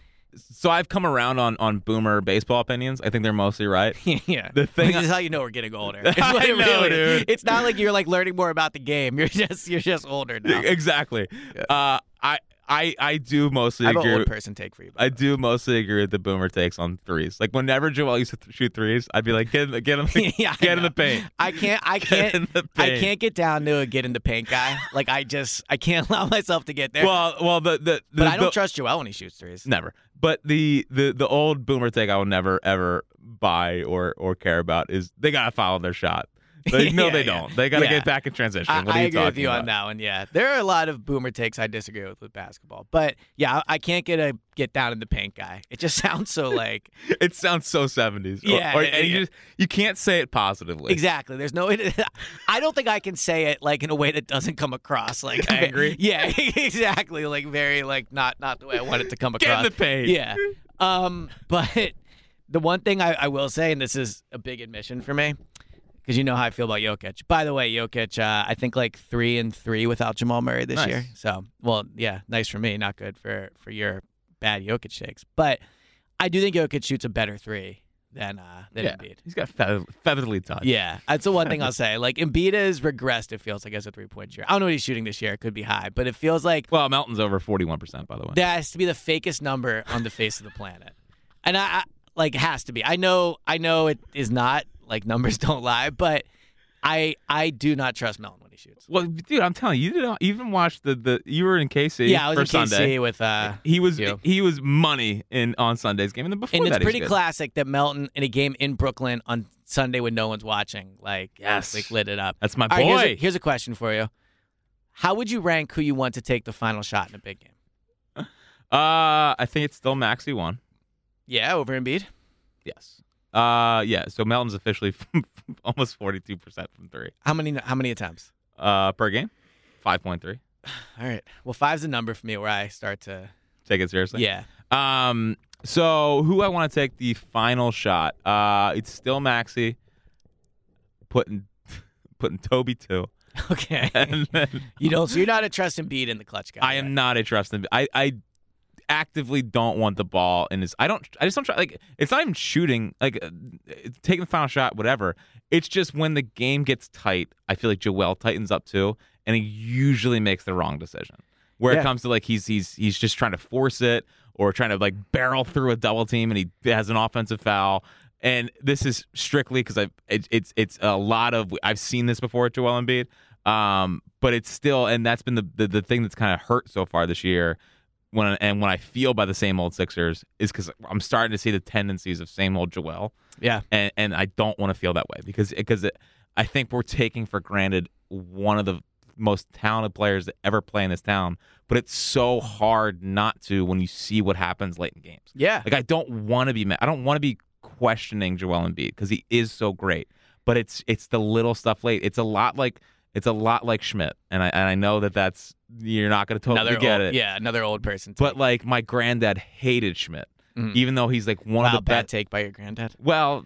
so I've come around on on boomer baseball opinions. I think they're mostly right.
yeah.
The thing
this is how you know we're getting older.
I
It's like,
know,
really,
dude.
It's not like you're like learning more about the game. You're just you're just older now.
exactly. Uh, I I I do mostly
I have an
agree.
old
with-
person take for you.
I do mostly agree with the boomer takes on threes. Like whenever Joel used to th- shoot threes, I'd be like, get in the, get him,
Yeah, I
get in
know.
the paint.
I can't. I
Get in
can't.
the
I
paint.
can't get down to a get in the paint guy. Like I just. I can't allow myself to get there.
Well, well, the the, the
but I don't
the-
trust Joel when he shoots threes.
never. But the the the old boomer take I will never ever buy or or care about is they gotta follow their shot. Like, no,
Yeah,
they
yeah.
don't. They gotta
Yeah.
get back in transition.
I,
what are
I
you
agree with
talking
you
about?
on that one. Yeah, there are a lot of boomer takes I disagree with with basketball, but yeah, I I can't get a get down in the paint guy. It just sounds so like
It sounds so seventies.
Yeah,
or,
yeah,
and you
yeah.
just you can't say it positively.
exactly. There's no. way to- I don't think I can say it like in a way that doesn't come across like
Angry?
Yeah, exactly. Like very like not not the way I want it to come
Get in
across.
the paint.
Yeah. Um, but the one thing I, I will say, and this is a big admission for me, because you know how I feel about Jokic. By the way, Jokic, uh, I think like three and three without Jamal Murray this
Nice.
year. So, well, yeah, nice for me, not good for for your bad Jokic shakes. But I do think Jokic shoots a better three than uh, than
Yeah.
Embiid.
He's got feather, featherly touch.
Yeah, that's the one thing I'll say. Like Embiid has regressed. It feels like as a three point shooter. I don't know what he's shooting this year. It could be high, but it feels like
Well, Melton's over forty one percent by the way.
that has to be the fakest number on the face of the planet, and I, I like has to be. I know, I know it is not. Like numbers don't lie, but I I do not trust Melon when he shoots.
Well, dude, I'm telling you, you didn't even watch the the. You were in KC.
Yeah, I was
for
in KC
Sunday.
with uh,
He was
you.
he was money in on Sunday's game, and then before
and
that,
it's
he's
pretty
good.
classic that Melton in a game in Brooklyn on Sunday when no one's watching, like
Yes.
like lit it up.
That's my
All right,
boy.
here's, a, here's a question for you: How would you rank who you want to take the final shot in a big game?
uh, I think it's still Maxi one.
Yeah, over Embiid.
Yes. Uh, yeah. So Melton's officially almost forty two percent from three.
How many how many attempts?
Uh, per game, five point three.
All right. Well, five's a number for me where I start to.
Take it seriously.
Yeah.
Um. So who I want to take the final shot? Uh, it's still Maxi. Putting putting Toby two,
Okay.
and then
You don't. So you're not a trust Embiid in the clutch guy.
I am not a trust in. I I actively don't want the ball in his. I don't. I just don't try. Like it's not even shooting. Like uh, taking the final shot, whatever. It's just when the game gets tight, I feel like Joel tightens up too, and he usually makes the wrong decision. Where
Yeah.
it comes to like he's he's he's just trying to force it or trying to like barrel through a double team, and he has an offensive foul. And this is strictly because I've it, it's it's a lot of I've seen this before at Joel Embiid, um, but it's still and that's been the the, the thing that's kind of hurt so far this year. When and when I feel by the same old Sixers is because I'm starting to see the tendencies of same old Joel
Yeah.
and and I don't want to feel that way because because it, I think we're taking for granted one of the most talented players that ever play in this town, but it's so hard not to when you see what happens late in games.
Yeah.
Like I don't want to be mad. I don't want to be questioning Joel Embiid because he is so great. But it's it's the little stuff late. It's a lot like it's a lot like Schmidt, and I and I know that that's you're not going to totally
another
get
old,
it.
Yeah. Another old person.
But like my granddad hated Schmidt,
Mhm.
even though he's like one
wow,
of the
bad
best.
take by your granddad.
Well,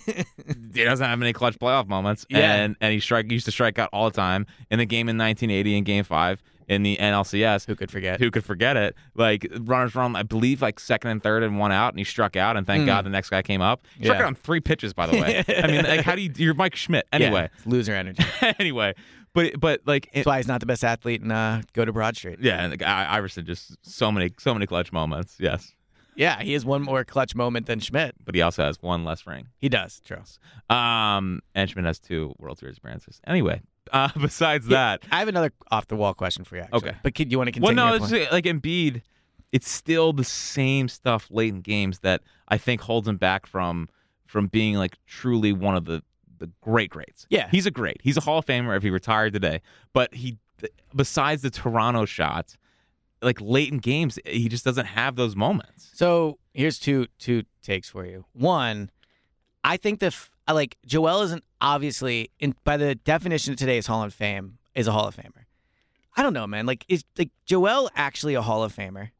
he doesn't have many clutch playoff moments,
Yeah.
and and he strike used to strike out all the time in the game in 1980 in Game Five in the NLCS.
Who could forget?
Who could forget it? Like runners were on, I believe, like second and third, and one out, and he struck out, and thank
Mm.
God the next guy came up. He Struck
Yeah.
out on three pitches, by the way. I mean, like, how do you? You're Mike Schmidt,
Yeah,
anyway.
it's loser energy.
anyway, but but like, it-
That's why he's not the best athlete in uh, go to Broad Street.
yeah, and like, I- Iverson just so many so many clutch moments. Yes,
Yeah, he has one more clutch moment than Schmidt.
but he also has one less ring.
He does. True.
Um, and Schmidt has two World Series appearances. Anyway, uh, besides that,
I have another off the wall question for you. Actually.
Okay.
But could you want to continue?
Well, no,
your
it's
point?
just, like Embiid, it's still the same stuff late in games that I think holds him back from from being like truly one of the the great greats.
Yeah.
he's a great. He's a Hall of Famer if he retired today. But he, besides the Toronto shot, like late in games, he just doesn't have those moments.
So here's two two takes for you. One, I think the f- I like Joel isn't obviously in by the definition of today's Hall of Fame is a Hall of Famer. I don't know, man. Like is like Joel actually a Hall of Famer?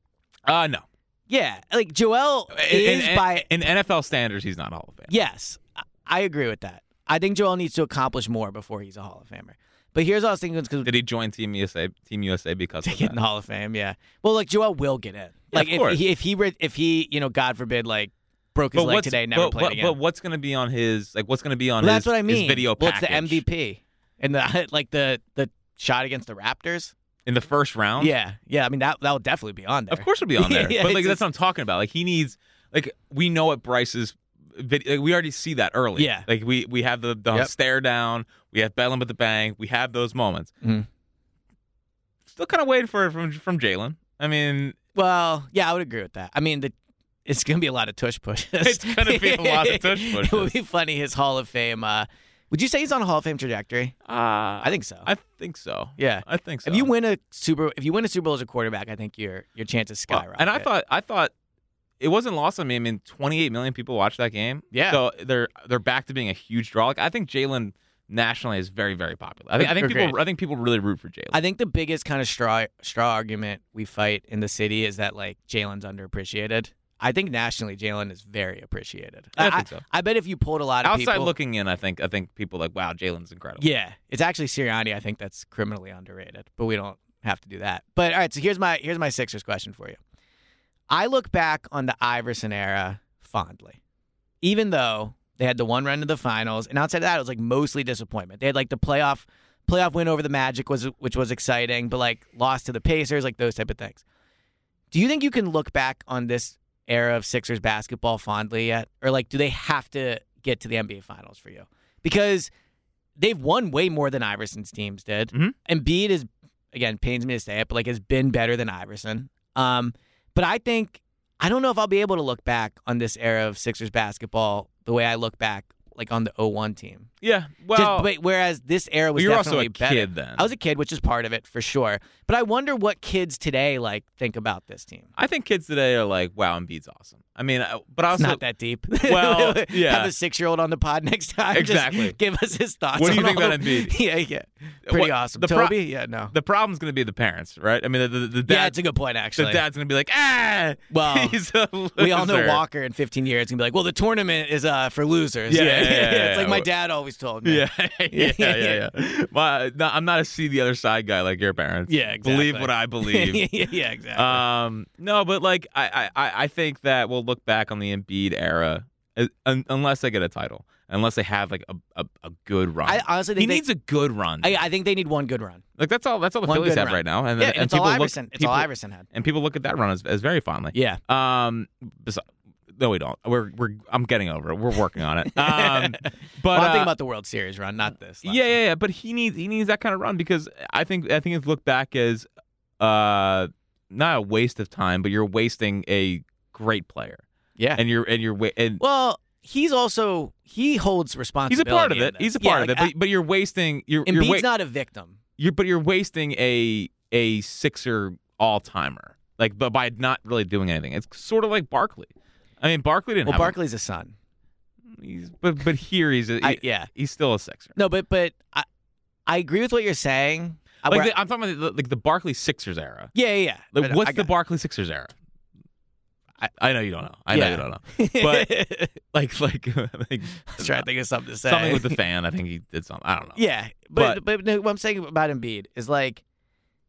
Uh, no.
Yeah, like Joel
In-
is
in-
by
in NFL standards, he's not a Hall of Fame.
yes, I- I agree with that. I think Joel needs to accomplish more before he's a Hall of Famer. But here's what I was thinking because
Did he join Team USA? Team USA because
to
of
get in
that?
the Hall of Fame. Yeah. Well, like Joel will get in. Like
of
if
course.
he if he re- if he you know God forbid like broke his leg
what's-
today, never
but,
played
but,
again.
but what's going to be on his like? What's going to be on
Well,
his,
that's what I
his
mean.
video
What's the
package?
MVP and the like the the shot against the Raptors?
in the first round?
Yeah, yeah. I mean that that will definitely be on there.
Of course it'll be on there.
Yeah,
but
it
like
just-
that's what I'm talking about. Like he needs like we know what Bryce's vid- like, we already see that early.
Yeah.
Like we we have the, the
Yep.
stare down, we have Bellum at the bang, we have those moments.
Mhm.
Still kind of waiting for it from from Jalen. I mean,
Well, yeah, I would agree with that. I mean the. It's gonna be a lot of tush pushes.
It's gonna be a lot of tush
it would
pushes.
be funny. His Hall of Fame. Uh, would you say he's on a Hall of Fame trajectory? Uh, I think so.
I think so.
yeah.
I think so.
If you win a super, if you win a Super Bowl as a quarterback, I think your your chances
Well,
skyrocket.
And I thought I thought it wasn't lost on me. I mean, 28 million people watched that game.
Yeah.
So they're they're back to being a huge draw. Like, I think Jalen nationally is very very popular. I think I think
Agreed.
people I think people really root for Jalen.
I think the biggest kind of straw straw argument we fight in the city is that like Jalen's underappreciated. I think nationally, Jalen is very appreciated.
I think so.
I, bet if you pulled a lot of
Outside
people,
looking in, I think I think people like, wow, Jalen's incredible.
yeah, it's actually Sirianni. I think that's criminally underrated, but we don't have to do that. But all right, so here's my here's my Sixers question for you. I look back on the Iverson era fondly, even though they had the one run to the finals, and outside of that, it was like mostly disappointment. They had like the playoff playoff win over the Magic was which was exciting, but like lost to the Pacers, like those type of things. Do you think you can look back on this era of Sixers basketball fondly yet, or like do they have to get to the NBA Finals for you? Because they've won way more than Iverson's teams did.
Mhm.
Embiid is again pains me to say it, but like has been better than Iverson. Um, but I think I don't know if I'll be able to look back on this era of Sixers basketball the way I look back like on the 01 team.
Yeah. Well,
Just- but whereas this era was
you were also
definitely
a
better.
kid then.
I was a kid, which is part of it for sure. But I wonder what kids today like think about this team.
I think kids today are like, wow, Embiid's awesome. I mean, I, but
It's
also,
not that deep.
Well,
have
yeah.
a six-year-old on the pod next time. Just
Exactly.
give us his thoughts.
What do you
on
think
all
about
of-
Embiid?
Yeah, yeah, pretty
What-
awesome.
the pro-
Toby, yeah, no,
the problem's going to be the parents, right? I mean, the the, the
yeah,
dad,
it's a good point
the
actually.
dad's going to be like, ah,
Well,
he's a
we all know
loser.
Walker in 15 years gonna be like, well, the tournament is uh, for losers.
Yeah, yeah, yeah,
it's
yeah.
like my dad always told me.
Yeah, yeah, yeah, yeah. My, no, I'm not a see the other side guy like your parents.
Yeah,
Believe
exactly.
what I
yeah,
believe.
yeah, exactly.
um, no, but like I, I- I, I think that we'll look back on the Embiid era uh, un- unless they get a title, unless they have like a a, a good run.
I honestly
he
think they-
needs a good run.
I, I think they need one good run.
like that's all. That's all the
One
Phillies
good
have
run.
right now. And,
Yeah,
and
and it's all
people look-
Iverson. it's all
people-
Iverson had.
And people look at that run as, as very fondly.
Yeah.
Um. bes- No, we don't. We're we're. I'm getting over it. We're working on it. Um. But
Well, I'm thinking
uh,
about the World Series run, not this. last
yeah,
one.
yeah, yeah. But he needs he needs that kind of run because I think I think it's looked back as uh not a waste of time, but you're wasting a great player,
yeah.
and you're and you're wa- and
Well, he's also he holds
he's a
responsibility.
part of
in
it. He's a
this.
part
Yeah,
of it.
like,
But, but you're wasting you're
I-
you're,
Embiid's
wa-
not a victim.
you're but you're wasting a a Sixer all timer like but by not really doing anything. It's sort of like Barkley. I mean, Barkley didn't
Well,
have a-
Barkley's a son.
he's, but but here he's a,
I,
he-
yeah.
he's still a Sixer.
No, but but I, I agree with what you're saying. I-
Like
we're-
the, I'm talking about the, like the Barkley Sixers era.
yeah, yeah, yeah.
Like,
But
what's
I
the
got-
Barkley Sixers era? I, I know you don't know. I know
Yeah.
you don't know. But like like, like
I was trying to think of something to say.
something with the fan. I think he did something. I don't know.
Yeah, but but, no, what I'm saying about Embiid is like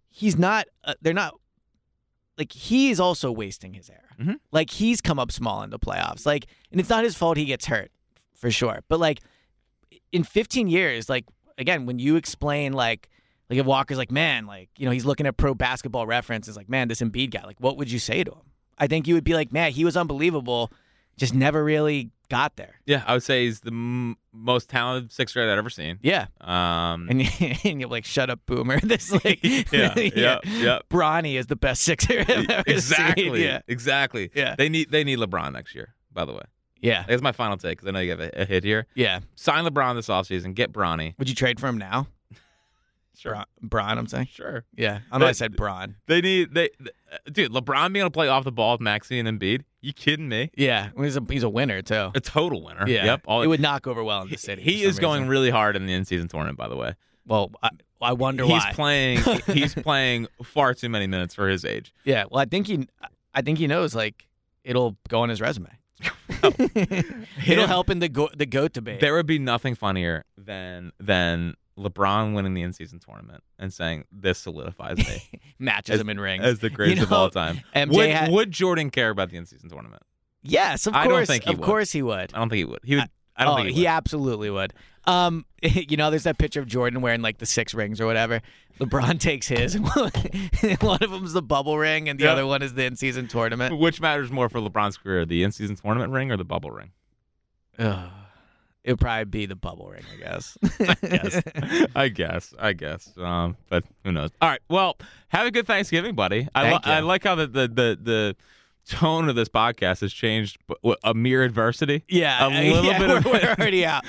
he's not. Uh, they're not. Like he is also wasting his air.
Mhm.
Like he's come up small in the playoffs. Like, and it's not his fault he gets hurt for sure. But like in 15 years, like again, when you explain like. Like if Walker's like, man, like you know, he's looking at pro basketball references, like, man, this Embiid guy, like, what would you say to him? I think you would be like, man, he was unbelievable, just never really got there.
Yeah, I would say he's the m- most talented Sixer I've ever seen.
Yeah,
Um,
and, you, and you're like, shut up, boomer. This like,
yeah, yeah, yeah. E,
Bronny is the best Sixer I've ever seen.
Exactly.
Yeah,
Exactly.
Yeah.
They need they need LeBron next year. By the way,
yeah,
that's my final take because I know you have a, a hit here.
yeah.
Sign LeBron this offseason. Get Bronny.
Would you trade for him now?
Sure.
Braun, I'm saying.
Sure.
Yeah, I
But-
might have said Braun.
They need they, th- dude. LeBron being able to play off the ball with Maxi and Embiid. You kidding me?
Yeah, well, he's a he's a winner too.
A total winner.
Yeah,
Yep.
it would knock over well in the city.
he
for some
is going
reason.
really hard in the in-season tournament. By the way,
well. I, I wonder
he's
why.
playing. he's playing far too many minutes for his age.
yeah, well, I think he, I think he knows like it'll go on his resume. it'll
Him-
help in the go- the goat debate.
There would be nothing funnier than than LeBron winning the in-season tournament and saying this solidifies me
matches
as-
him in rings.
as the greatest of all
know,
time.
MJ
Would,
had-
would Jordan care about the in-season tournament?
yes, of course.
I don't think he
of
would.
course he would.
I don't think he would. He would. I, don't
oh,
think he,
he,
would.
absolutely would. Um, you know, there's that picture of Jordan wearing like the six rings or whatever. LeBron takes his. one of them's the bubble ring, and the
Yeah.
other one is the in-season tournament.
Which matters more for LeBron's career, the in-season tournament ring or the bubble ring?
Ugh. It would probably be the bubble ring, I guess.
guess. I guess. I guess. Um, but who knows? All right. Well, have a good Thanksgiving, buddy. I,
Thank you.
I like how the, the the the tone of this podcast has changed. but what, A mere adversity.
Yeah,
A
uh,
little
yeah,
bit of- Oh.
we're, we're already out.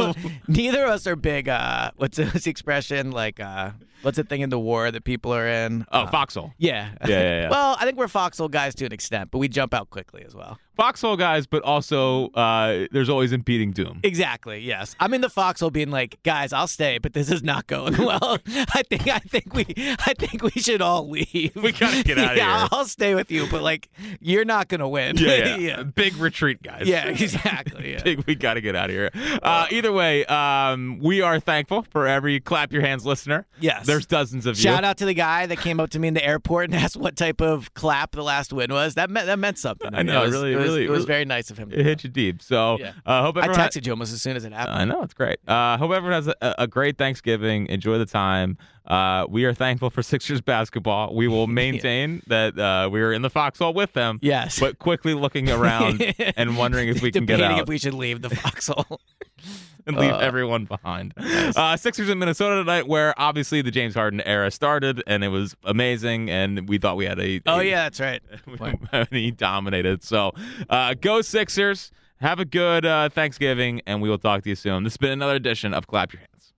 Neither of us are big. Uh, what's what's the expression like? Uh, what's the thing in the war that people are in?
Oh,
Uh,
Foxhole.
Yeah.
Yeah, yeah, yeah.
well, I think we're foxhole guys to an extent, but we jump out quickly as well.
Foxhole guys, but also uh, there's always impeding doom.
Exactly. Yes, I'm in the foxhole, being like, guys, I'll stay, but this is not going well. I think I think we I think we should all leave.
We gotta get outta
yeah,
here.
I'll stay with you, but like, you're not gonna win.
Yeah, yeah.
yeah.
Big retreat, guys.
Yeah, exactly. yeah.
Big, we got to get out of here. Uh, either way, um, we are thankful for every clap your hands listener.
Yes.
There's dozens of you.
Shout out to the guy that came up to me in the airport and asked what type of clap the last win was. That meant that meant something. to
I
me.
know,
It was,
really,
it was,
really,
it was
really-
very nice of him. to
It
do.
hit you deep. So
Yeah.
uh, hope
I
everyone
texted you almost as soon as it happened.
I know it's great. Uh, hope everyone has a, a great Thanksgiving. Enjoy the time. Uh, we are thankful for Sixers basketball. We will maintain that uh, we are in the foxhole with them.
Yes.
but quickly looking around and wondering if we can get
Debating
out
if we should leave the foxhole.
and leave
uh,
everyone behind. Uh, Sixers in Minnesota tonight, where obviously the James Harden era started, and it was amazing. And we thought we had a,
oh
a-
yeah, that's right.
and he dominated. So uh, go Sixers. Have a good uh, Thanksgiving, and we will talk to you soon. This has been another edition of Clap Your Hands.